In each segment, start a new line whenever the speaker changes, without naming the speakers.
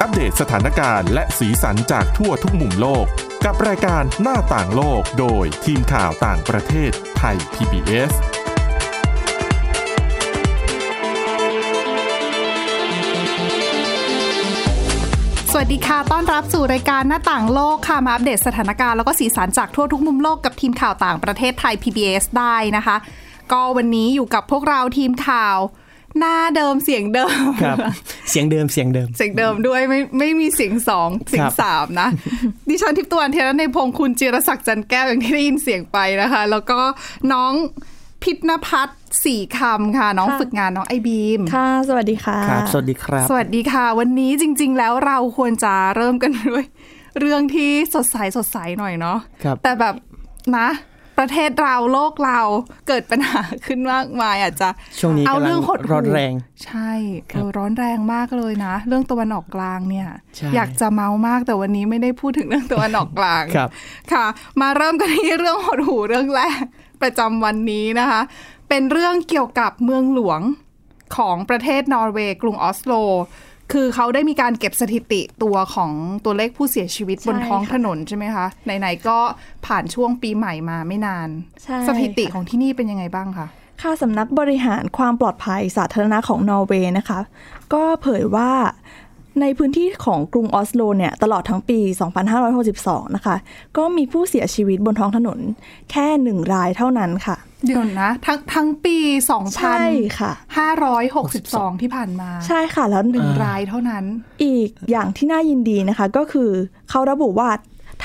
อัปเดตสถานการณ์และสีสันจากทั่วทุกมุมโลก กับรายการหน้าต่างโลกโดยทีมข่าวต่างประเทศไทย PBS
สวัสดีค่ะ ต้อนรับสู่รายการหน้าต่างโลกค่ะ มาอัปเดตสถานการณ์แล้วก็สีสันจากทั่วทุกมุมโลกกับทีมข่าวต่างประเทศไทย PBS ได้นะคะ ก็วันนี้อยู่กับพวกเราทีมข่าว หน้าเดิมเสียงเดิม
ครับ เสียงเดิมเสียงเดิม
เสียงเดิมด้วยไม่ไม่มีเสียงสองเสีย
ค
ง
รับ
สามนะ ดิฉันทิพย์ตวอันเทยรในยพงศ์คุณจิรศักดิ์จันแก้วอย่างที่ได้ยินเสียงไปนะคะ แล้วก็น้องพิษณพัฒน์สี่คำค่ะ น้อง
ค่ะ
ฝึกงานน้องไอบีม
ค่ะ สวัสดีค่ะ
ครับ สวัสดีครับ
สวัสดีค่ะ วันนี้จริง ๆ แล้วเราควรจะเริ่มกันด้วย เรื่องที่สดใสสดใสหน่อยเนาะ
ครับ
แต่แบบนะ ประเทศเราโลกเราเกิดปัญหาขึ้นมากมายอาจจะ
ช่วงนี้
เอา
กำลั
เรื่อง งหดหู่
ร้อนแรง
ใช่
ค
เอ
รับ
อร้อนแรงมากเลยนะ เรื่องตะวันออกกลางเนี่ย
ใช่
อยากจะเมามากแต่วันนี้ไม่ได้พูดถึงเรื่องตะวันออกกลาง
ครับ
ค่ะ มาเริ่มกันที่เรื่องหดหูเรื่องแรก ประจำวันนี้นะคะ เป็นเรื่องเกี่ยวกับเมืองหลวงของประเทศนอร์เวย์กรุงออสโล คือเขาได้มีการเก็บสถิติตัวของตัวเลขผู้เสียชีวิต
ใช่
บนท้อง
ค่ะ
ถนนใช่ไหมคะ ไหนๆก็ผ่านช่วงปีใหม่มาไม่นาน
ใช่
สถิติของที่นี่เป็นยังไงบ้างคะ
ค่ะสำนักบริหารความปลอดภัยสาธารณะของนอร์เวย์นะคะ ก็เผยว่าในพื้นที่ของกรุงออสโลเนี่ย ตลอดทั้งปี 2562 นะคะ ก็มีผู้เสียชีวิตบนท้องถนนแค่หนึ่งรายเท่านั้นค่ะ
เดี๋ยวนะ ทั้งทั้งปี
ใช่ค่ะ
2,562 ที่ผ่านมา
ใช่ค่ะ แล้ว
หนึ่ง
อ่าร
รายเท่านั้น
อีกอย่างที่น่ายินดีนะคะ ก็คือเขาระบุว่า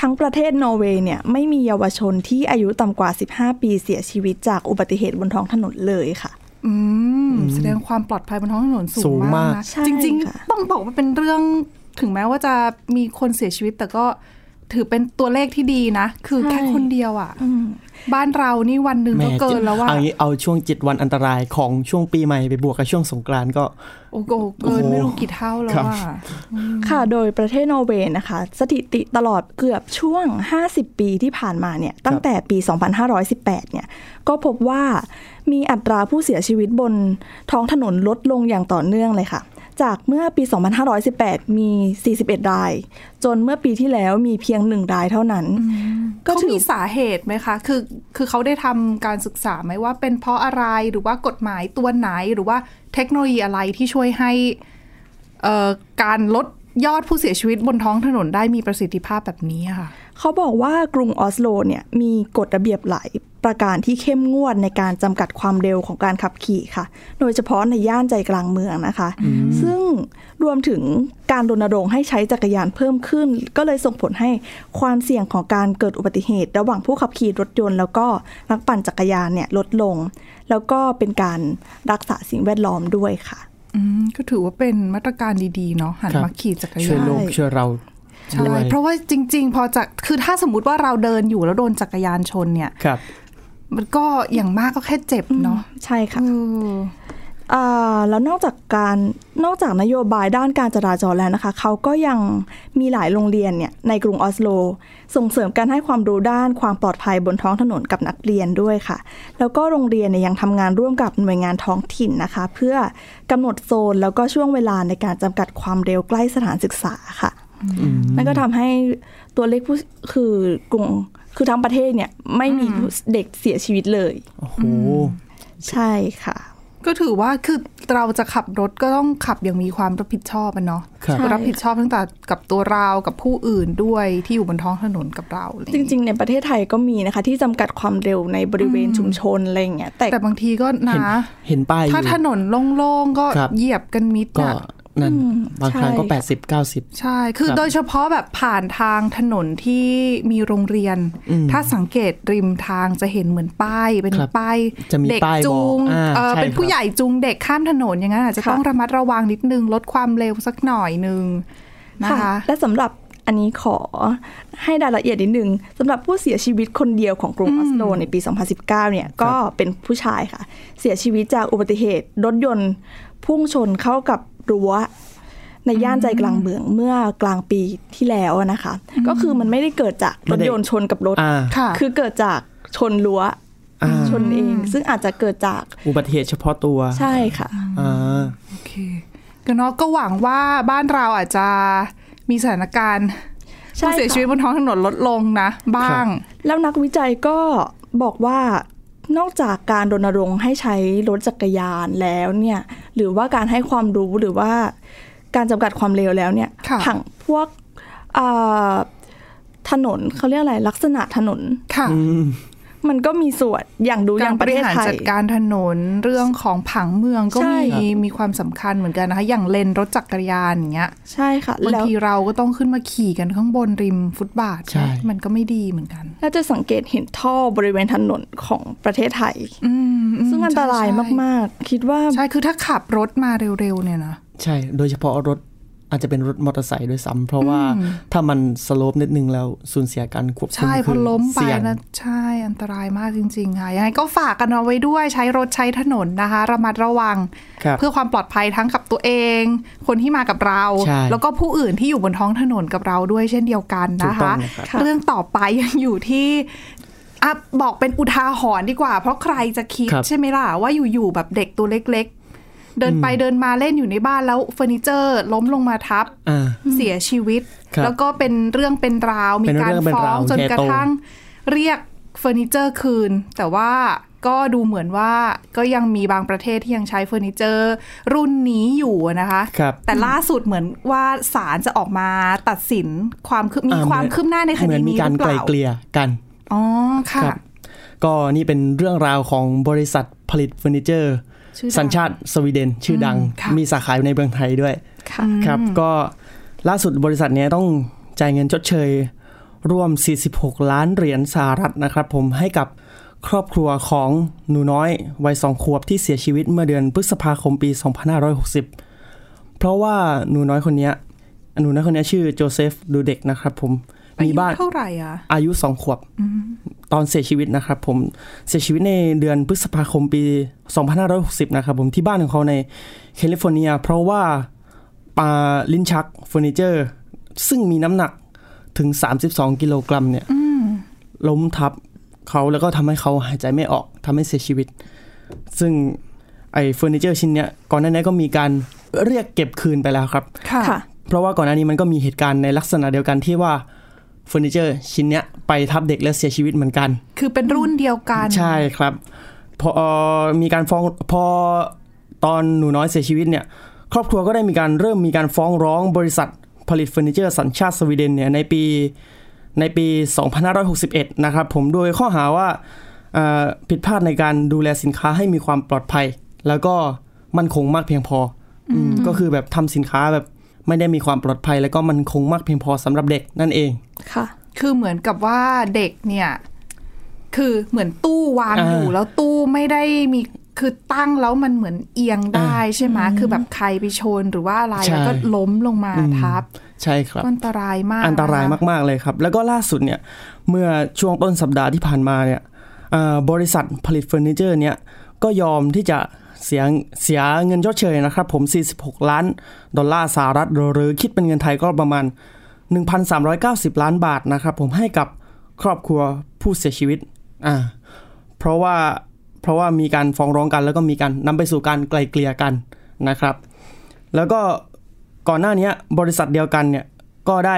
ทั้งประเทศนอร์เวย์เนี่ย ไม่มีเยาวชนที่อายุต่ำกว่า 15 ปีเสียชีวิตจากอุบัติเหตุบนท้องถนนเลยค่ะ
อืมแสดงความปลอดภัยบนท้องถนนสู
สู
ง
ง
มาก
มาก
นะ
ใช่
จริง
ค่ะ
ๆ ต้องบอกว่าเป็นเรื่องถึงแม้ว่าจะมีคนเสียชีวิต แต่ก็ถือเป็นตัวเลขที่ดีนะ คือแค่คนเดียวอะ่ะ
อืม
บ้านเรานี่วันหนึ่ง
ห
ก็เกิ
จ็ด
นแล้วว่า
เอางี้เอาช่วงเจ็ดวันอันตรายของช่วงปีใหม่ไปบวกกับช่วงสงกรานต์ก็
โอ้โหเกิน
โอ้โห
ไม่รู้กี่เท่าแล้ว
ครับ
ว่า
ค่ะ โดยประเทศนอร์เวย์นะคะ สถิติตลอดเกือบช่วง 50 ปีที่ผ่านมาเนี่ย ตั้งแต่ปี 2518 เนี่ย ก็พบว่ามีอัตราผู้เสียชีวิตบนท้องถนนลดลงอย่างต่อเนื่องเลยค่ะ จากเมื่อปี 2518 มี 41 ราย จนเมื่อปีที่แล้วมีเพียง 1 รายเท่านั้น ก็
เขา
ถื
มี
อ
สาเหตุไหมคะ คือคือเขาได้ทำการศึกษาไหมว่าเป็นเพราะอะไรหรือว่ากฎหมายตัวไหนหรือว่าเทคโนโลยีอะไรที่ช่วยให้เอ่อการลดยอดผู้เสียชีวิตบนท้องถนนได้มีประสิทธิภาพแบบนี้อะค่ะ
เขาบอกว่ากรุงออสโลเนี่ยมีกฎระเบียบหลายประการที่เข้มงวดในการจำกัดความเร็วของการขับขี่ค่ะ โดยเฉพาะในย่านใจกลางเมืองนะคะ ซึ่งรวมถึงการรณรงค์ให้ใช้จักรยานเพิ่มขึ้น ก็เลยส่งผลให้ความเสี่ยงของการเกิดอุบัติเหตุ ระหว่างผู้ขับขี่รถยนต์ แล้วก็นักปั่นจักรยานเนี่ยลดลง แล้วก็เป็นการรักษาสิ่งแวดล้อมด้วยค่ะ
อืมก็ถือว่าเป็นมาตรการดีๆเนาะหัน
ครับ
มาขี่จักร
ช่วย
ยาน
โลก
ใช่
ช่วยเรา
ใช่
ด้วย
เพราะว่าจริง ๆ พอจะคือถ้าสมมติว่าเราเดินอยู่แล้วโดนจักรยานชนเนี่ย
ครับ
มันก็อย่างมากก็แค่เจ็บเนาะ
ใช่ค่ะ
เออ
อ่าแล้วนอกจากการนอกจากนโยบายด้านการจราจรแล้วนะคะ เขาก็ยังมีหลายโรงเรียนเนี่ยในกรุงออสโล ส่งเสริมการให้ความรู้ด้านความปลอดภัยบนท้องถนนกับนักเรียนด้วยค่ะ แล้วก็โรงเรียนเนี่ยยังทำงานร่วมกับหน่วยงานท้องถิ่นนะคะ เพื่อกำหนดโซนแล้วก็ช่วงเวลาในการจำกัดความเร็วใกล้สถานศึกษาค่ะ
อืม
นั่นก็ทำให้ตัวเลขผู้คือกลุ่มคือทั้งประเทศเนี่ยไม่มีผู้เด็กเสียชีวิตเลย
โอ้โห
ใช่ค่ะ
ก็ถือว่าคือเราจะขับรถก็ต้องขับอย่างมีความรับผิดชอบอะเนาะ
ครับ
รับผิดชอบตั้งแต่กับตัวเรากับผู้อื่นด้วยที่อยู่บนท้องถนนกับเราอะไอย่า
จ
เย
ริงๆ ในประเทศไทยก็มีนะคะที่จำกัดความเร็วในบริเวณชุมชนอะไรอย่างเงี้ยแต่
แต่บางทีก็นะ
เห็นเห็นป้ายอยู่
ถ้าถนนโล่งๆก็
ครับ
เหยียบกันมิด
ก็
น่ะ
นั่นบางครั้งก็ 80
ใช่ คือ
ครับ
โดยเฉพาะแบบผ่านทางถนนที่มีโรงเรียน
อืม
ถ้าสังเกตริมทางจะเห็นเหมือนป้าย เป็น
ครับ
ป้าย
จะมี
เด็ก
ป้ายบอก
จูง
อ่า
เอ่อ
ใช่
เป็นผู้
ครับ
ใหญ่จูงเด็กข้ามถนนอย่างนั้นอาจจะต้องระมัดระวังนิดนึง ลดความเร็วสักหน่อยนึงนะคะ
และสำหรับอันนี้ขอให้รายละเอียดนิดนึงสำหรับผู้เสียชีวิตคนเดียวของกรุงออสโลในปี 2019 เนี่ยก็เป็นผู้ชายค่ะ เสียชีวิตจากอุบัติเหตุรถยนต์พุ่งชนเข้ากับรั้ว ในย่านใจกลางเมืองเมื่อกลางปีที่แล้วนะคะ ก็คือมันไม่ได้เกิดจากรถยนต์ชนกับรถ
9อ่า
ค่ะ
คือเกิดจากชนรั้ว
อ่า
ชนเอง ซึ่งอาจจะเกิดจาก
อุบัติเหตุเฉพาะตัว
ใช่ค่ะ
อ่า
โอเค ก็เนาะก็หวังว่าบ้านเราอาจจะมีสถานการณ์ผู้เสียชีวิตบนท้องถนนลดลงนะ บ้าง
แล้วนักวิจัยก็บอกว่านอกจากการรณรงค์ให้ใช้รถจักรยานแล้วเนี่ยหรือว่าการให้ความรู้หรือว่าการจำกัดความเร็วแล้วเนี่ย
ค่ะ
ผังพวกเอ่อถนนเขาเรียกอะไรลักษณะถนน
ค่ะ
อืม
มันก็มีส่วนอย่างดูอก
าร
ย่า
ง
ป
บ
ระ
ริ
เทศ
หาร
ไทย
จัดการถนนเรื่องของผังเมืองก็
ใช่
มีมีความสำคัญเหมือนกันนะคะ อย่างเลนรถจักรยานอย่างเงี้ย
ใช่ค่ะ
บาง
แล้ว
ทีเราก็ต้องขึ้นมาขี่กันข้างบนริมฟุตบาท
ใช่
มันก็ไม่ดีเหมือนกัน
น่าจะสังเกตเห็นท่อบริเวณถนนของประเทศไทย
อืมม
ซึ่งอันตราย
ใช่ใช่
มาก ๆ คิดว่า
ใช่คือถ้าขับรถมาเร็วๆเนี่ยนะ
ใช่ โดยเฉพาะรถอาจจะเป็นรถมอเตอร์ไซค์ด้วยซ้ำเพราะว่า
อืม
ถ้ามันสโลปนิดนึงแล้วสูญเสียการควบคุม
ใช่พอล้มไป
เสี่ยง
นะใช่อันตรายมากจริง ๆ ค่ะ ยังไงก็ฝากกันเอาไว้ด้วยใช้รถใช้ถนนนะคะ ระมัดระวัง
ครับ
เพื่อความปลอดภัยทั้งกับตัวเอง คนที่มากับเรา
ใช่
แล้วก็ผู้อื่นที่อยู่บนท้องถนนกับเราด้วยเช่นเดียวกันนะ
ถูกต้
คะ
องนะครับ
เรื่องต่อไปยังอยู่ที่อ่ะบอกเป็นอุทาหรณ์ดีกว่า เพราะใครจะคิด
ครับ
ใช่ไหมล่ะว่าอยู่ๆแบบเด็กตัวเล็ก ๆ เดินไปเดินมาเล่นอยู่ในบ้านแล้วเฟอร์นิเจอร์ ล้มลงมาทับ
อ่า
เสียชีวิต
ครับ
แล้วก็เป็นเรื่องเป็นราว มี
เป็น
การ
เรื่องเป็น
ฟ้อ
ราง ว
จน
ใหญ่
กระ
โต
ทั่งเรียกเฟอร์นิเจอร์คืน แต่ว่าก็ดูเหมือนว่าก็ยังมีบางประเทศที่ยังใช้เฟอร์นิเจอร์ รุ่นนี้อยู่นะคะ
ครับ
แต่ล่าสุดเหมือนว่าศาลจะออกมาตัดสินความคืบมี
อ่
ความ
เหอ
คืบหน้าในค
เหมื
ดี
อนมี
นี้ห
การ
รือเป
ไกล
ล่า
เกลี่ยกัน
อ๋อค่ะ
ครับ ก็นี่เป็นเรื่องราวของบริษัทผลิตเฟอร์นิเจอร์
ชื่อดัง
สัญชาติสวีเดน ชื่อดัง
ค่ะ
มีสาขาอยู่ในเมืองไทยด้วย
ค่ะ
ครับ ก็ล่าสุดบริษัทเนี้ยต้องจ่ายเงินชดเชยร่วม 46 ล้านเหรียญสหรัฐนะครับผมให้กับครอบครัวของหนูน้อย วัยสองขวบที่เสียชีวิตเมื่อเดือนพฤษภาคมปี 2560 เพราะว่าหนูน้อยคนเนี้ยหนูน้อยคนเนี้ยชื่อโจเซฟดูเด็กนะครับผมมีบ้าน
อยุเท่าไหร่อ่ะ
อายุสองขวบตอนเสียชีวิตนะครับผมเสียชีวิตในเดือนพฤษภาคมปี 2560 นะครับผมที่บ้านของเขาในแคลิฟอร์เนีย เพราะว่าปลาลิ้นชักเฟอร์นิเจอร์ ซึ่งมีน้ำหนักถึง 32 กิโลกรัมเนี่ยล้มทับเขาแล้วก็ทำให้เขาหายใจไม่ออกทำให้เสียชีวิต ซึ่งไอเฟอร์นิเจอร์ชิ้นเนี้ยก่อนหน้านี้ก็มีการเรียกเก็บคืนไปแล้วครับ
ค่ะ
ค่ะ
เพราะว่าก่อนหน้านี้มันก็มีเหตุการณ์ในลักษณะเดียวกันที่ว่าเฟอร์นิเจอร์ชิ้นเนี้ยไปทับเด็กและเสียชีวิตเหมือนกัน
คือเป็นรุ่นเดียวกัน
ใช่ครับ พอเอ่อมีการฟ้องพอตอนหนูน้อยเสียชีวิตเนี่ย ครอบครัวก็ได้มีการเริ่มมีการฟ้องร้องบริษัทผลิตเฟอร์นิเจอร์สัญชาติสวีเดนเนี่ยในปีในปี 2561 นะครับผมโดยข้อหาว่าเอ่อผิดพลาดในการดูแลสินค้าให้มีความปลอดภัย แล้วก็มั่นคงมากเพียงพออมก็คือแบบทำสินค้าแบบไม่ได้มีความปลอดภัย แล้วก็มันคงมากเพียงพอสำหรับเด็กนั่นเอง
ค่ะ
คือเหมือนกับว่าเด็กเนี่ย คือเหมือนตู้วางอยู่
อ่า
แล้วตู้ไม่ได้มีคือตั้งแล้วมันเหมือนเอียงได้ใช่ไหมคือแบบใครไปชนหรือว่าอะไร
ใช่
แล้วก็ล้มลงมาทับ
ใช่ครับ
ก็อันตรายมาก
อันตราย
นะคะ
มาก ๆ เลยครับ แล้วก็ล่าสุดเนี่ย เมื่อช่วงต้นสัปดาห์ที่ผ่านมาเนี่ยเอ่อบริษัทผลิตเฟอร์นิเจอร์เนี่ย ก็ยอมที่จะเสียเสียเงินชดเชยนะครับ ผม 46 ล้าน ดอลลาร์สหรัฐ หรือคิดเป็นเงินไทยก็ประมาณ 1,390 ล้านบาทนะครับผมให้กับครอบครัวผู้เสียชีวิตอ่าเพราะว่าเพราะว่ามีการฟ้องร้องกัน แล้วก็มีการนำไปสู่การไกลเกลี่ยกันนะครับ แล้วก็ก่อนหน้าเนี้ยบริษัทเดียวกันเนี่ยก็ได้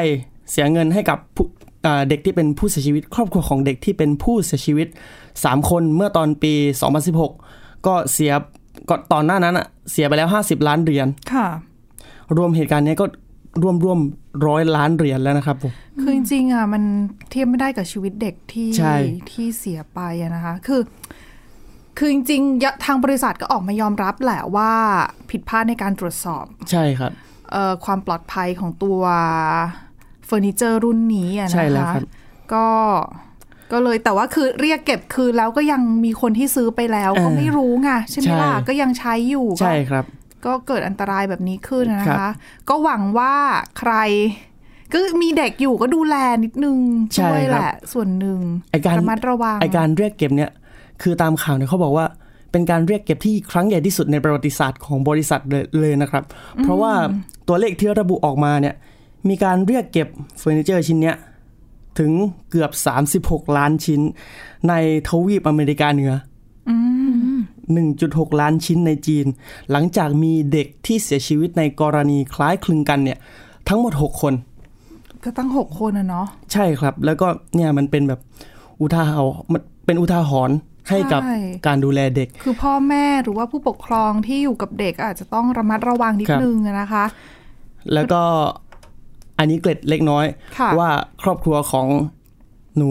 เสียเงินให้กับผู้อ่าเด็กที่เป็นผู้เสียชีวิต ครอบครัวของเด็กที่เป็นผู้เสียชีวิต 3 คนเมื่อตอนปี 2016 ก็เสียก็ตอนหน้านั้นอะเสียไปแล้ว 50 ล้านเหรียญ
ค่ะ
รวมเหตุการณ์เนี้ยก็ร่วมร่วมร้อยล้านเหรียญแล้วนะครับผม
คือจริงๆอ่ะมันเทียบไม่ได้กับชีวิตเด็กที่
ใช่
ที่เสียไปอะนะคะ คือ คือจริงๆยะทางบริษัทก็ออกมายอมรับแหละว่าผิดพลาดในการตรวจสอบ
ใช่ครับ
เอ่อความปลอดภัยของตัวเฟอร์นิเจอร์รุ่นนี้อะ
ใช่
นะ
แล้ว
คะ
ครับ
ก็ก็เลยแต่ว่าคือเรียกเก็บคืนแล้วก็ยังมีคนที่ซื้อไปแล้ว ก็
เออ
ไม่รู้ไงใช่ไหม
ใช่
ล่ะก็ยังใช้อยู่ก็
ใช่ครับ
ก็เกิดอันตรายแบบนี้ขึ้นนะ
ครั
คะ
บ
ก็หวังว่าใคร ก็มีเด็กอยู่ก็ดูแลนิดนึง
ใช่
ช่วย
ครับ
แหละ ส่วนหนึ่ง
ไอ้การ
ระมัดระวัง
ไอการเรียกเก็บเนี่ยคือตามข่าวเนี่ยเขาบอกว่าเป็นการเรียกเก็บที่ครั้งใหญ่ที่สุดในประวัติศาสตร์ของบริษัทเลยเลยนะครับ เพราะว่าตัวเลขที่ระบุออกมาเนี่ยมีการเรียกเก็บเฟอร์นิเจอร์ชิ้นเนี้ยถึงเกือบ 36 ล้านชิ้นในทวีปอเมริกาเหนืออ 1.6 ล้านชิ้นในจีน หลังจากมีเด็กที่เสียชีวิตในกรณีคล้ายคลึงกันเนี่ยทั้งหมด 6 คน
ก็ตั้งหกคนนะเนาะ
ใช่ครับ แล้วก็เนี่ยมันเป็นแบบอุทาหรณ์มันเป็นอุทาหรณ์ให้กับ
ใช่
การดูแลเด็ก
คือพ่อแม่หรือว่าผู้ปกครองที่อยู่กับเด็กอาจจะต้องระมัดระวังนิด
ครับ
นึงอะนะคะ
แล้วก็อันนี้เกร็ดเล็กน้อย
ค่ะ
ว่าครอบครัวของหนู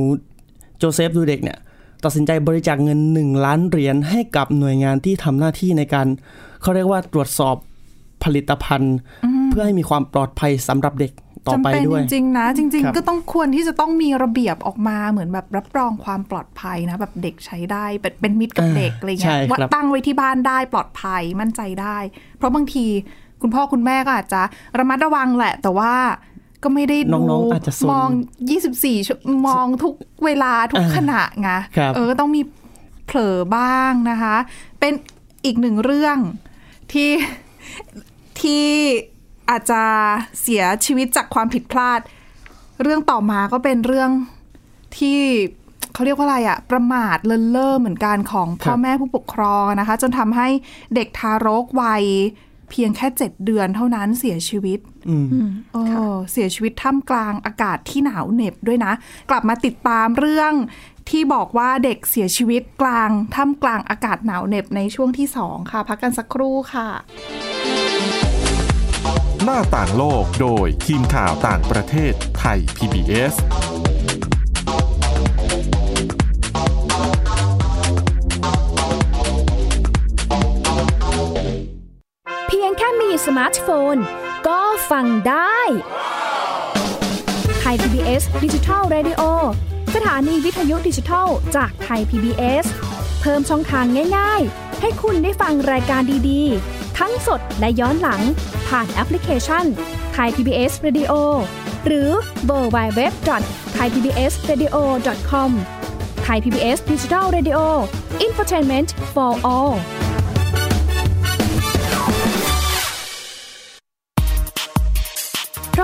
โจเซฟดูเด็กเนี่ย ตัดสินใจบริจาคเงิน 1 ล้านเหรียญให้กับหน่วยงานที่ทำหน้าที่ในการ เขาเรียกว่าตรวจสอบผลิตภัณฑ์ เพื่อให้มีความปลอดภัยสำหรับเด็กต่อไป
จำเป็น
ด้วย
จริงๆนะ จริง
ครับ
ๆ ก็ต้องควรที่จะต้องมีระเบียบออกมาเหมือนแบบรับรองความปลอดภัยนะ แบบเด็กใช้ได้เป็นเป็นมิตรกับเด็กอะไรเงี้ยว่าตั้งไว้ที่บ้านได้ปลอดภัยมั่นใจได้ เพราะบางทีคุณพ่อคุณแม่ก็อาจจะระมัดระวังแหละ แต่ว่าก็ไม่ได้ดู
น้องๆอาจจะซน
มอง 24ชั่วมองทุกเวลาทุก
อ่า
ขณะไง
ครับ
เออก็ต้องมีเผลอบ้างนะคะ เป็นอีกหนึ่งเรื่องที่ ที่อาจจะเสียชีวิตจากความผิดพลาด เรื่องต่อมาก็เป็นเรื่องที่เขาเรียกว่าอะไรอะประมาทเลินเล่อเหมือนกันของพ่อ
ครับ
แม่ผู้ปกครองนะคะ จนทำให้เด็กทารกวัยเพียงแค่ 7 เดือนเท่านั้นเสียชีวิต เออเสียชีวิตท่ามกลางอากาศที่หนาวเหน็บด้วยนะ กลับมาติดตามเรื่องที่บอกว่าเด็กเสียชีวิตกลางท่ามกลางอากาศหนาวเหน็บในช่วงที่สองค่ะ พักกันสักครู่ค่ะ
หน้าต่างโลกโดยทีมข่าวต่างประเทศไทย PBS
เพียงแค่มีสมาร์ทโฟน ก็ฟังได้ไทย PBS ดิจิทัล Radio สถานีวิทยุดิจิทัลจากไทย PBS เพิ่มช่องทางง่ายๆ ให้คุณได้ฟังรายการดีๆ ทั้งสดและย้อนหลัง ผ่านแอปพลิเคชันไทย PBS Radio หรือเวอร์ไบเว็บไทยพีบีเอสเรดิโอคอมไทยพีบีเอสดิจิทัลเรดิโออินฟอร์ทนเมนต์ for all เพรา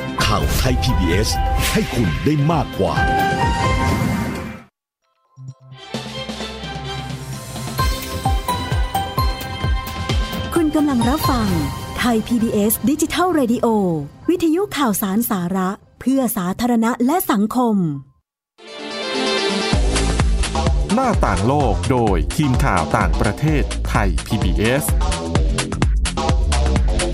ข่าวไทย PBS ให้คุณได้มากกว่า
คุณกำลังรับฟังไทย PBS ดิจิทัล Radio วิทยุข่าวสารสาระ เพื่อสาธารณะและสังคม
หน้าต่างโลกโดยทีมข่าวต่างประเทศไทย PBS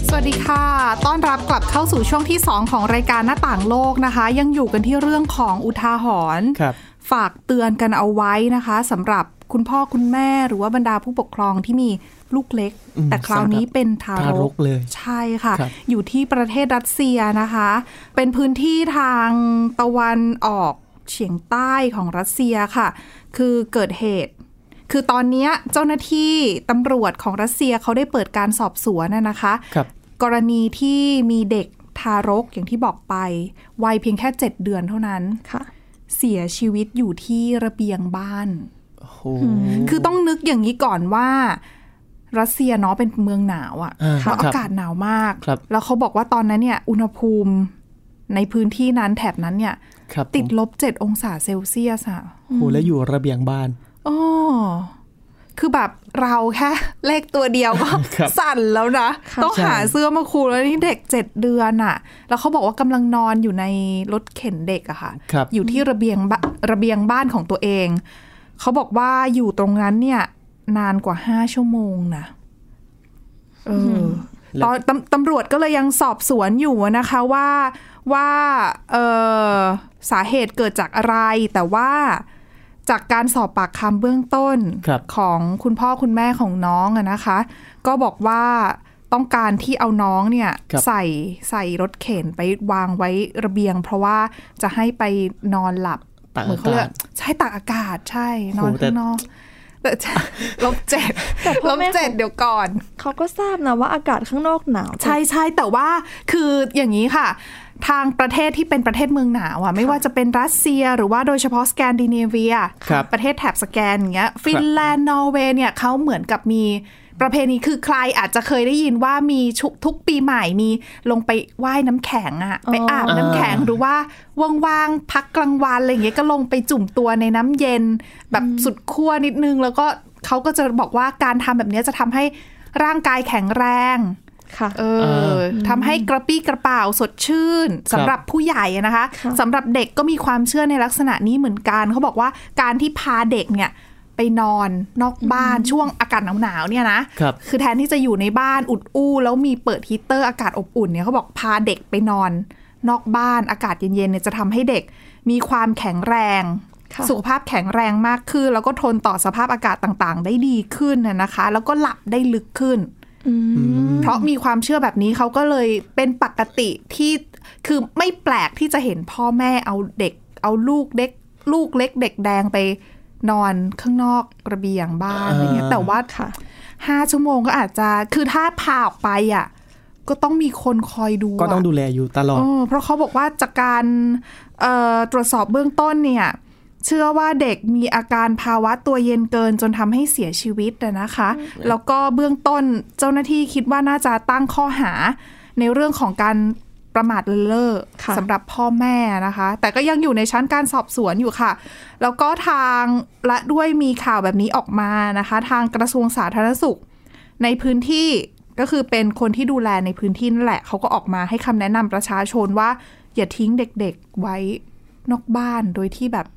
สวัสดีค่ะ ต้อนรับกลับเข้าสู่ช่วงที่ 2 ของรายการหน้าต่างโลกนะคะ ยังอยู่กันที่เรื่องของอุทาหรณ์
ครับ
ฝากเตือนกันเอาไว้นะคะสำหรับคุณพ่อคุณแม่หรือว่าบรรดาผู้ปกครองที่มีลูกเล็ก
อืม
แต่คราวนี้เป็นทารก
ทารกเลย
ใช่ค่ะ
ครับ
อยู่ที่ประเทศรัสเซียนะคะ เป็นพื้นที่ทางตะวันออกเฉียงใต้ของรัสเซียค่ะ คือเกิดเหตุ คือตอนเนี้ยเจ้าหน้าที่ตำรวจของรัสเซียเขาได้เปิดการสอบสวนน่ะนะคะ
ครับ
กรณีที่มีเด็กทารกอย่างที่บอกไปวัยเพียงแค่ 7 เดือนเท่านั้น
ค่ะ
เสียชีวิตอยู่ที่ระเบียงบ้าน
โอ้โห
คือต้องนึกอย่างนี้ก่อนว่า รัสเซียเนาะเป็นเมืองหนาวอะ
อ่า
แล้ว
ครั
อา
บ
กาศหนาวมาก
ครับ
แล้วเขาบอกว่าตอนนั้นเนี่ย อุณหภูมิในพื้นที่นั้นแถบนั้นเนี่ย
ครับ
ติด
ผม
ลบเจ็ดองศาเซลเซียสอะ
โอ้โหแล้วอยู่ระเบียงบ้าน
อ๋อคือแบบเราแค่ เลขตัวเดียวก็
ครับ
สั่นแล้วนะ ต้อง
ใช่
หาเสื้อมาคลุมแล้วนี่เด็กเจ็ดเดือนอะแล้วเขาบอกว่ากำลังนอนอยู่ในรถเข็นเด็กอะค่ะ
ครับ
อยู่ที่ระเบียงบ้าระเบียงบ้านของตัวเอง เขาบอกว่าอยู่ตรงนั้นเนี่ย นานกว่าห้าชั่วโมงนะเออตอนตำตำรวจก็เลยยังสอบสวนอยู่นะคะว่าว่าเออสาเหตุเกิดจากอะไร แต่ว่าจากการสอบปากคำเบื้องต้น
ครับ
ของคุณพ่อคุณแม่ของน้องอะนะคะ ก็บอกว่าต้องการที่เอาน้องเนี่ย
ครับ
ใส่ใส่รถเข็นไปวางไว้ระเบียง เพราะว่าจะให้ไปนอนหลับ
ตาก
เหมือ
อาน
เขาเรี
กาย ศ
กใช่ตากอากาศใช่นอน
โหแต่
ข้างนอกแต่ ลบเจ็ด
แต่พ่
ล
อบ แม่
เจ็ดเดี๋ยวก่อน
เขาก็ทราบนะว่าอากาศข้างนอกหนาว
ใช่ใช่แต่ว่าคืออย่างนี้ค่ะ ทางประเทศที่เป็นประเทศเมืองหนาวอ่ะไม่ว่าจะเป็นรัสเซียหรือว่าโดยเฉพาะสแกนดิเนเวีย
ครับ
ประเทศแถบสแกนอย่างเงี้ยฟินแลนด์นอร์เวย์เนี่ยเขาเหมือนกับมีประเพณีคือใครอาจจะเคยได้ยินว่ามีชุทุกปีใหม่มีลงไปว่ายน้ำแข็งอะไปอาบน้ำแข็งหรือว่าว่างๆพักกลางวันอะไรอย่างเงี้ยก็ลงไปจุ่มตัวในน้ำเย็น แบบสุดขั้วนิดนึง แล้วก็เขาก็จะบอกว่าการทำแบบเนี้ยจะทำให้ร่างกายแข็งแรง
ค่ะ
เอออทำให้กระปี้กระเป๋าสดชื่น
ครับ
สำหรับผู้ใหญ่อะนะคะสำหรับเด็กก็มีความเชื่อในลักษณะนี้เหมือนกัน เขาบอกว่าการที่พาเด็กเนี่ยไปนอนนอกบ้านช่วงอากาศหนาวๆเนี่ยนะครับ อแทนที่จะอยู่ในบ้านอุดอู้ แล้วมีเปิดฮีตเตอร์อากาศอบอุ่นเนี่ยเขาบอกพาเด็กไปนอน นอกบ้านอากาศเย็นๆเนี่ยจะทำให้เด็กมีความแข็งแรง
ค่ะ
สุขภาพแข็งแรงมากขึ้น แล้วก็ทนต่อสภาพอากาศต่างๆ ได้ดีขึ้นน่ะนะคะ แล้วก็หลับได้ลึกขึ้น เพราะมีความเชื่อแบบนี้เขาก็เลยเป็นปกติที่คือไม่แปลกที่จะเห็นพ่อแม่เอาเด็ก เอาลูกเด็ก ลูกเล็ก เด็กแดงไปนอนข้างนอกระเบียงบ้านอะไรเงี้ยแต่ว่า
ค่ะ
ห้าชั่วโมงก็อาจจะคือถ้าพาออกไปอ่ะก็ต้องมีคนคอยดู
ก็ต้อง
ะ
ดูแลอยู่ตลอด
เออเพราะเขาบอกว่าจากการเอ่อตรวจสอบเบื้องต้นเนี่ย เชื่อว่าเด็กมีอาการภาวะตัวเย็นเกินจนทำให้เสียชีวิตน่ะนะคะ แล้วก็เบื้องต้นเจ้าหน้าที่คิดว่าน่าจะตั้งข้อหาในเรื่องของการประมาทเลินเล่อ
ค่ะ
สำหรับพ่อแม่นะคะ แต่ก็ยังอยู่ในชั้นการสอบสวนอยู่ค่ะ แล้วก็ทางและด้วยมีข่าวแบบนี้ออกมานะคะ ทางกระทรวงสาธารณสุข ในพื้นที่ก็คือเป็นคนที่ดูแลในพื้นที่นั่นแหละเขาก็ออกมาให้คำแนะนำประชาชนว่า อย่าทิ้งเด็กๆไว้นอกบ้านโดยที่แบบ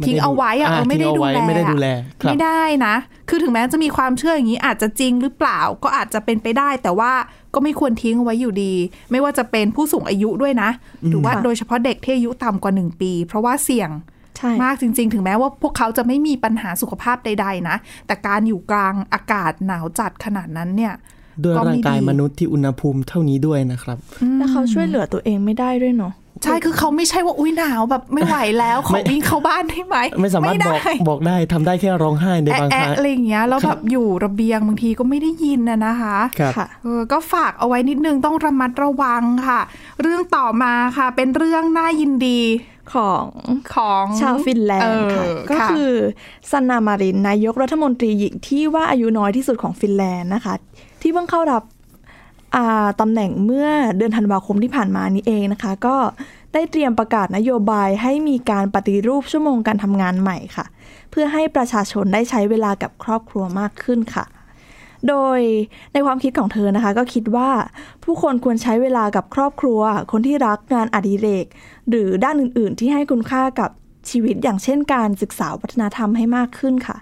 ไม่ได้
ทิ้งเอาไว้อะ
อ่า
เออไม่ได้
ทิ้งเอา
ดู
ไว้
แล
ไม่ได้ดูแล
อะ
ครับ
ไม่ได้นะ คือถึงแม้จะมีความเชื่ออย่างนี้อาจจะจริงหรือเปล่าก็อาจจะเป็นไปได้ แต่ว่าก็ไม่ควรทิ้งเอาไว้อยู่ดี ไม่ว่าจะเป็นผู้สูงอายุด้วยนะ หรือว่า
ค่ะ
โดยเฉพาะเด็กที่อายุต่ำกว่าหนึ่งปี เพราะว่าเสี่ยง
ใช่
มากจริง ๆ ถึงแม้ว่าพวกเขาจะไม่มีปัญหาสุขภาพใด ๆ นะ แต่การอยู่กลางอากาศหนาวจัดขนาดนั้นเนี่ย
ด้วยร่าง
ก็
กาย
ไม่ดี
มนุษย์ที่อุณหภูมิเท่านี้ด้วยนะครับ
แล้วเขาช่วยเหลือตัวเองไม่ได้ด้วยเนาะ
ใช่คือเขาไม่ใช่ว่าอุ้ยหนาวแบบไม่ไหว แล้วขอ
ไม่
วิ่งเข้าบ้านได้ไหม
ไม่สามารถ
ด้
บอก บอกได้ทำได้แค่ร้องไห้ใน
แอะ
บางค
แอะ
รั้ง
อะไรอย่างเงี้ยแล้ว
ค
แบ
รับ
บอยู่ระเบียงบางทีก็ไม่ได้ยินนะนะคะ
ครับ
ค่ะ
เออก็ฝากเอาไว้นิดนึงต้องระมัดระวังค่ะ เรื่องต่อมาค่ะ เป็นเรื่องน่ายินดี
ของ
ของ
ชาวฟินแลนด์ค่ะ
เออ
ก็
ะ
คือซันนามารินนายกรัฐมนตรีหญิงที่ว่าอายุน้อยที่สุดของฟินแลนด์นะคะ ที่เพิ่งเข้ารับอ่าตำแหน่งเมื่อเดือนธันวาคมที่ผ่านมานี้เองนะคะ ก็ได้เตรียมประกาศนโยบายให้มีการปฏิรูปชั่วโมงการทำงานใหม่ค่ะ เพื่อให้ประชาชนได้ใช้เวลากับครอบครัวมากขึ้นค่ะ โดยในความคิดของเธอนะคะ ก็คิดว่าผู้คนควรใช้เวลากับครอบครัว คนที่รักงานอดิเรก หรือด้านอื่นๆ ที่ให้คุณค่ากับชีวิตอย่างเช่นการศึกษาวัฒนธรรมให้มากขึ้นค่ะ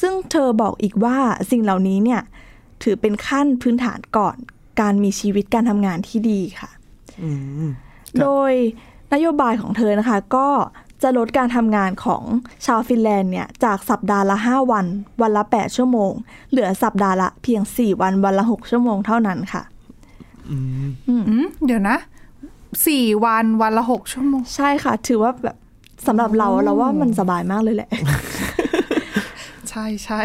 ซึ่งเธอบอกอีกว่าสิ่งเหล่านี้เนี่ย ถือเป็นขั้นพื้นฐานก่อนการมีชีวิตการทำงานที่ดีค่ะ โดยนโยบายของเธอนะคะ ก็จะลดการทำงานของชาวฟินแลนด์เนี่ย จากสัปดาห์ละ 5 วัน วันละ 8 ชั่วโมง เหลือสัปดาห์ละเพียง 4 วัน วันละ 6 ชั่วโมงเท่านั้นค่ะ
อืมเดี๋ยวนะสี่วันวันละหกชั่วโมง
ใช่ค่ะ ถือว่าแบบสำหรับเราเราว่ามันสบายมากเลยแหละ
ใช่ใช่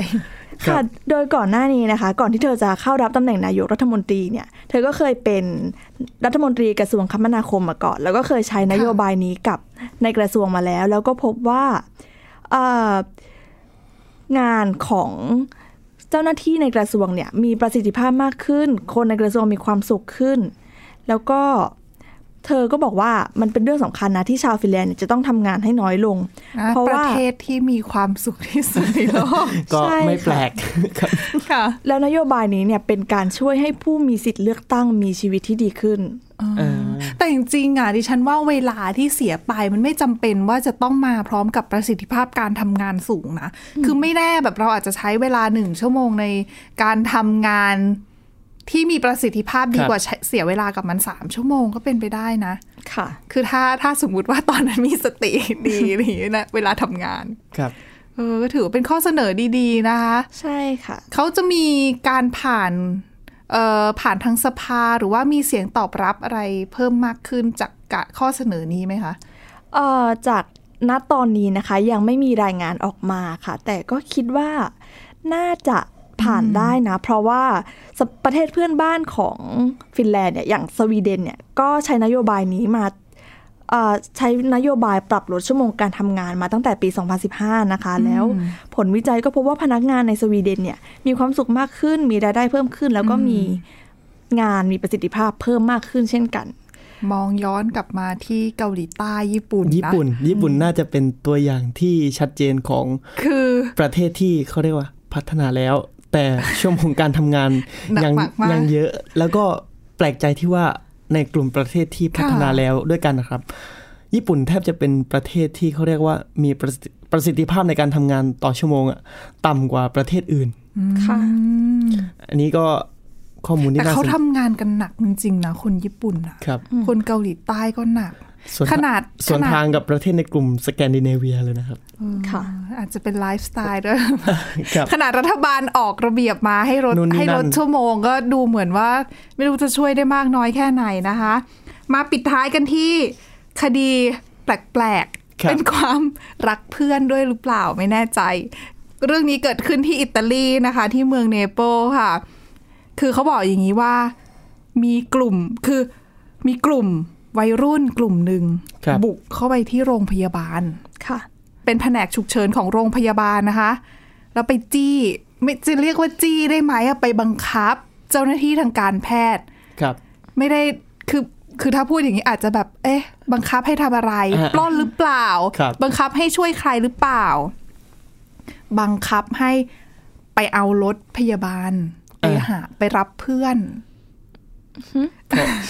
ครั
ค่ะ
บ
โดยก่อนหน้านี้นะคะ ก่อนที่เธอจะเข้ารับตำแหน่งนายกรัฐมนตรีเนี่ย เธอก็เคยเป็นรัฐมนตรีกระทรวงคมนาคมมาก่อน แล้วก็เคยใช้นโยบายนี้กับในกระทรวงมาแล้ว แล้วก็พบว่าเอ่องานของเจ้าหน้าที่ในกระทรวงเนี่ยมีประสิทธิภาพมากขึ้น คนในกระทรวงมีความสุขขึ้น แล้วก็ เธอก็บอกว่ามันเป็นเรื่องสำคัญนะที่ชาวฟินแลนด์เนี่ยจะต้องทำงานให้น้อยลง
นะ
เพราะ
ประ
ว่า
เทศที่มีความสุขที่สุดในโลก
ก็
ใช่
ไม่แปลก ครับ
ค่ะ
แล้วนโยบายนี้เนี่ยเป็นการช่วยให้ผู้มีสิทธิ์เลือกตั้งมีชีวิตที่ดีขึ้น
เออ
แต่จริงๆอ่ะดิฉันว่าเวลาที่เสียไปมันไม่จำเป็นว่าจะต้องมาพร้อมกับประสิทธิภาพการทำงานสูงนะ คือไม่แน่แบบเราอาจจะใช้เวลาหนึ่งชั่วโมงในการทำงานที่มีประสิทธิภาพดี
ครับ
กว่าใช้เสียเวลากับมันสามชั่วโมงก็เป็นไปได้นะ
ค่ะ
คือถ้าถ้าสมมุติว่าตอนนั้นมีสติดีอะไรอย่างเงี้ยนะเวลาทำงาน
ครับ
เออก็ถือว่าเป็นข้อเสนอดีๆนะคะ
ใช่ค่ะ
เขาจะมีการผ่านเอ่อผ่านทางสภาหรือว่ามีเสียงตอบรับอะไรเพิ่มมากขึ้นจากกะข้อเสนอนี้ไหมคะ
เอ่อจากณตอนนี้นะคะยังไม่มีรายงานออกมาค่ะ แต่ก็คิดว่าน่าจะผ่านได้นะ เพราะว่าสประเทศเพื่อนบ้านของฟินแลนด์เนี่ยอย่างสวีเดนเนี่ยก็ใช้นโยบายนี้มาเอ่อใช้นโยบายปรับลดชั่วโมงการทำงานมาตั้งแต่ปี 2015 นะคะ แล้วผลวิจัยก็พบว่าพนักงานในสวีเดนเนี่ยมีความสุขมากขึ้น มีรายได้เพิ่มขึ้น แล้วก็มีงานมีประสิทธิภาพเพิ่มมากขึ้นเช่นกัน
มองย้อนกลับมาที่เกาหลีใต้ญี่ปุ่นนะ
ญี่ปุ่น ญี่ปุ่นน่าจะเป็นตัวอย่างที่ชัดเจนของ
คือ
ประเทศที่เขาเรียกว่าพัฒนาแล้ว แต่ชั่วโมงการทำงาน
หนัก
ยั
มากมาก
ยังเยอะ แล้วก็แปลกใจที่ว่าในกลุ่มประเทศที่พัฒนา
ค่ะ
แล้วด้วยกันนะครับ ญี่ปุ่นแทบจะเป็นประเทศที่เขาเรียกว่ามีประสิทธิประสิทธิภาพในการทำงานต่อชั่วโมงอะต่ำกว่าประเทศอื่น
ค่ะ
อันนี้ก็ข้อมูลที่
แต่
น่า
เขา
สน
ทำงานกันหนักจริงๆนะคนญี่ปุ่นนะครับ คนเกาหลีใต้ก็หนัก
ส่วน
ขนาด
ส่วน
ขนาด
ทางกับประเทศในกลุ่มสแกนดิเนเวียเลยนะครับ
ค่ะ
อาจจะเป็นไลฟ์สไต ล์ด้วย
ครับ
ขนาดรัฐบาลออกระเบียบมาให้ลด
นู่นนี่
ให้ลด
นั่น
ชั่วโมงก็ดูเหมือนว่า ไม่รู้จะช่วยได้มากน้อยแค่ไหนนะคะ มาปิดท้ายกันที่คดีแปลก
ค
ๆ
รับ
เป็นความรักเพื่อนด้วยหรือเปล่าไม่แน่ใจ เรื่องนี้เกิดขึ้นที่อิตาลีนะคะ ที่เมืองเนโปลค่ะ คือเขาบอกอย่างนี้ว่า มีกลุ่มคือมีกลุ่มวัยรุ่นกลุ่มหนึ่ง
ครับ
บุกเข้าไปที่โรงพยาบาล
ค่ะ
เป็นแผนกฉุกเฉินของโรงพยาบาลนะคะ แล้วไปจี้ ไม่จะเรียกว่าจี้ได้ไหมอะไปบังคับ เจ้าหน้าที่ทางการแพทย์
ครับ
ไม่ได้คือคือถ้าพูดอย่างนี้อาจจะแบบ เอ๊ะ บังคับให้ทำอะไร
อ่า
ปล้นหรือเปล่า
ครับ
บังคับให้ช่วยใครหรือเปล่า บังคับให้ไปเอารถพยาบาล ไป
อ่า
หาไปรับเพื่อน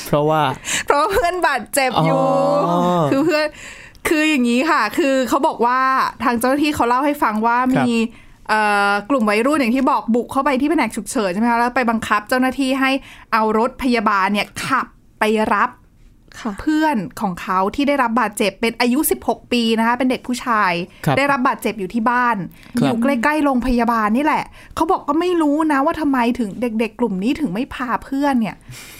เพราะเพราะ ว่า
เพราะว่าเพื่อนบาดเจ็บอยู่
อ๋อ
คือเพื่อนคืออย่างนี้ค่ะ คือเขาบอกว่าทางเจ้าหน้าที่เขาเล่าให้ฟังว่า
ครับ
มีเอ่อกลุ่มวัยรุ่นอย่างที่บอกบุกเข้าไปที่แผนกฉุกเฉินใช่ไหมคะแล้วไปบังคับเจ้าหน้าที่ให้เอารถพยาบาลเนี่ยขับไปรับ
ค่ะ
เพื่อนของเขาที่ได้รับบาดเจ็บเป็นอายุ 16 ปีนะคะเป็นเด็กผู้ชาย
ครับ
ได้รับบาดเจ็บอยู่ที่บ้าน
ค
อ
รับ
ยู่ใกล้ๆโรงพยาบาลนี่แหละ เขาบอกก็ไม่รู้นะว่าทำไมถึงเด็กๆ กลุ่มนี้ถึงไม่พาเพื่อนเนี่ย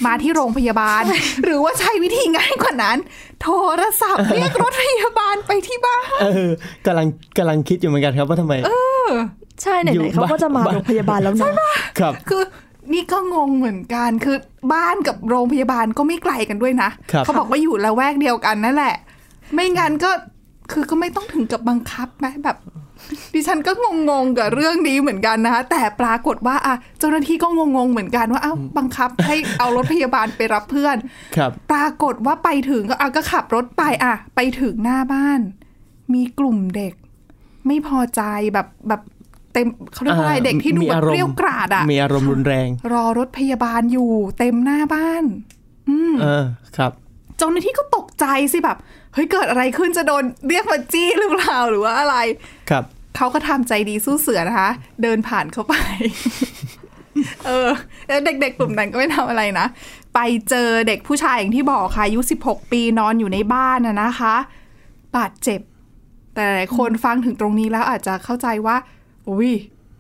มาที่โรงพยาบาล หรือว่าใช้วิธีง่ายกว่านั้น โทรศัพท์เรียกรถพยาบาลไปที่บ้าน
เออกำลังกำลังคิดอยู่เหมือนกันครับว่าทำไม
ใช่ไห
อยู่
นๆเขาก็จะมา
บ้าน
โรงพยาบาลแล้วนะครับ
คือนี่ก็งงเหมือนกัน คือบ้านกับโรงพยาบาลก็ไม่ไกลกันด้วยนะ
ครับ
เขาบอกว่าอยู่ละแวกเดียวกันนั่นแหละ ไม่งั้นก็คือก็ไม่ต้องถึงกับบังคับไหมแบบ ดิฉันก็งงๆกับเรื่องนี้เหมือนกันนะคะแต่ปรากฏว่าอ่ะเจ้าหน้าที่ก็งงๆเหมือนกันว่าเอ้าบังคับให้เอารถพยาบาลไปรับเพื่อน
ครับ
ปรากฏว่าไปถึงก็อ่ะก็ขับรถไปอ่ะ ไปถึงหน้าบ้าน มีกลุ่มเด็ก ไม่พอใจแบบแบบเต็มเขาเรียกว่าอะไรเด็กที่ดู
มี
แบ
อา
บ
มณ์
เกรี้ยวกราดอ่ะ
มีอารมณ์รุนแรง
รอรถพยาบาลอยู่ เต็มหน้าบ้าน อืม
เออครับ
เจ้าหน้าที่ก็ตกใจสิแบบเฮ้ยเกิดอะไรขึ้นจะโดนเรียกมาจี้หรือเปล่าหรือว่าอะไร
ครับ
เขาก็ทำใจดีสู้เสือนะคะ เดินผ่านเข้าไป เออแล้วเด็กๆกลุ่มนั้นก็ไม่ทำอะไรนะ ไปเจอเด็กผู้ชายอย่างที่บอกค่ะอายุ 16 ปีนอนอยู่ในบ้านนะนะคะ บาดเจ็บ แต่คนฟังถึงตรงนี้แล้วอาจจะเข้าใจว่าอุ้ย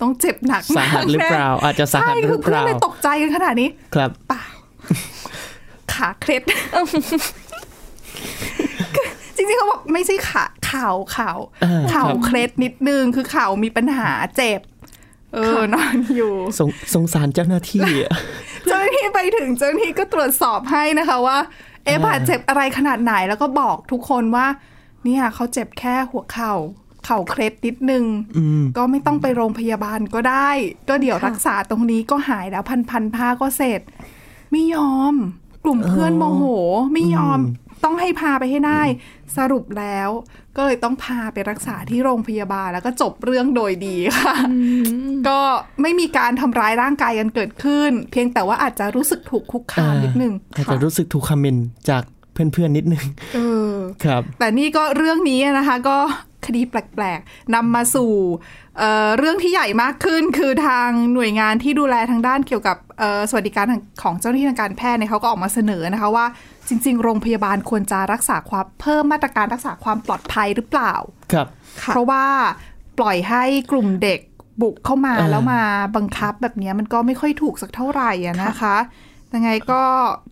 ต้องเจ็บหนักมก
สาหัสหรือเปล่าอาจจะสาหัส
ใช่
หรื
คือ อ
เป
เพื่อ
ล่า
นเลยตกใจกันขนาดนี้
ครับ
เปล่า ขาเคล็ด จริงๆเขาบอกไม่ใช่ขาข่าวข่าวข่าวเคล็ดนิดนึง คือข่าวมีปัญหาเจ็บ เออนอนอยู่
สงสงสารเจ้าหน้า ที่อะ
เจ้าหน้าที่ไปถึงเจ้าหน้าที่ก็ตรวจสอบให้นะคะว่า เอ๊ะ
อ่า
บาดเจ็บอะไรขนาดไหนแล้วก็บอกทุกคนว่า เนี่ยเขาเจ็บแค่หัวเข่าเข่าเคล็ดนิดนึง
อืม
ก็ไม่ต้องไปโรงพยาบาลก็ได้ ก็เดี๋ยวรักษาตรงนี้ก็หายแล้วพันพันผ้าก็เสร็จ ไม่ยอม กลุ่มเพื่อนโมโหไม่ยอมต้องให้พาไปให้ได้ สรุปแล้ว ก็เลยต้องพาไปรักษาที่โรงพยาบาลแล้วก็จบเรื่องโดยดีค่ะ ก็ไม่มีการทำร้ายร่างกายกันเกิดขึ้น เพียงแต่ว่าอาจจะรู้สึกถูกคุกคามนิดนึง
อาจ
ค่ะ
จะรู้สึกถูกคอมเมนต์จากเพื่อนๆนิดนึง
เออ
ครับ
แต่นี่ก็เรื่องนี้นะคะก็คดีแปลกๆนำมาสู่เอ่อเรื่องที่ใหญ่มากขึ้น คือทางหน่วยงานที่ดูแลทางด้านเกี่ยวกับเอ่อสวัสดิการทางของเจ้าหน้าที่ทางการแพทย์เนี่ยเขาก็ออกมาเสนอนะคะว่า จริง ๆ โรงพยาบาลควรจะรักษาความเพิ่มมาตรการรักษาความปลอดภัยหรือเปล่า
ครับ
ค่ะ
เพราะว่าปล่อยให้กลุ่มเด็กบุกเข้ามา
เออ
แล้วมาบังคับแบบเนี้ยมันก็ไม่ค่อยถูกสักเท่าไหร่อะนะคะยังไงก็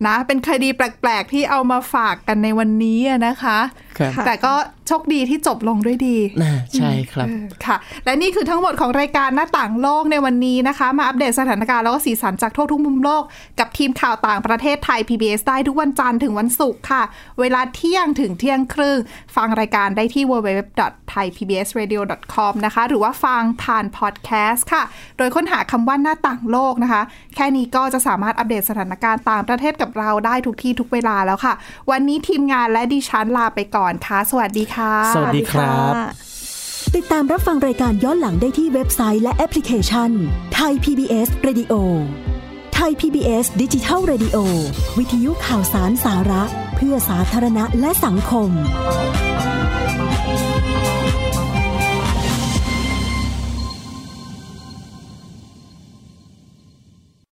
นะเป็นคดีแปลกๆที่เอามาฝากกันในวันนี้อะนะคะ
ครับ
ค่ะ
แต่ก็โชคดีที่จบลงด้วยดี
น่าใช่ครับ
เออค่ะ และนี่คือทั้งหมดของรายการหน้าต่างโลกในวันนี้นะคะ มาอัปเดตสถานการณ์แล้วก็สีสันจากทั่วทุกมุมโลก กับทีมข่าวต่างประเทศไทย PBS ได้ทุกวันจันทร์ถึงวันศุกร์ค่ะ เวลาเที่ยงถึงเที่ยงครึ่ง ฟังรายการได้ที่ www.thaipbsradio.com นะคะ หรือว่าฟังผ่านพอดแคสต์ค่ะ โดยค้นหาคำว่าหน้าต่างโลกนะคะ แค่นี้ก็จะสามารถอัปเดตสถานการณ์ต่างประเทศกับเราได้ทุกที่ทุกเวลาแล้วค่ะ วันนี้ทีมงานและดิฉันลาไปก่อนค่ะ สวัสดีค่ะ
สวัสดีครับ
ติดตามรับฟังรายการย้อนหลังได้ที่เว็บไซต์และแอปพลิเคชันไทย PBS Radio ไทย PBS ดิจิทัล Radio วิทยุข่าวสารสาระ เพื่อสาธารณะและสังคม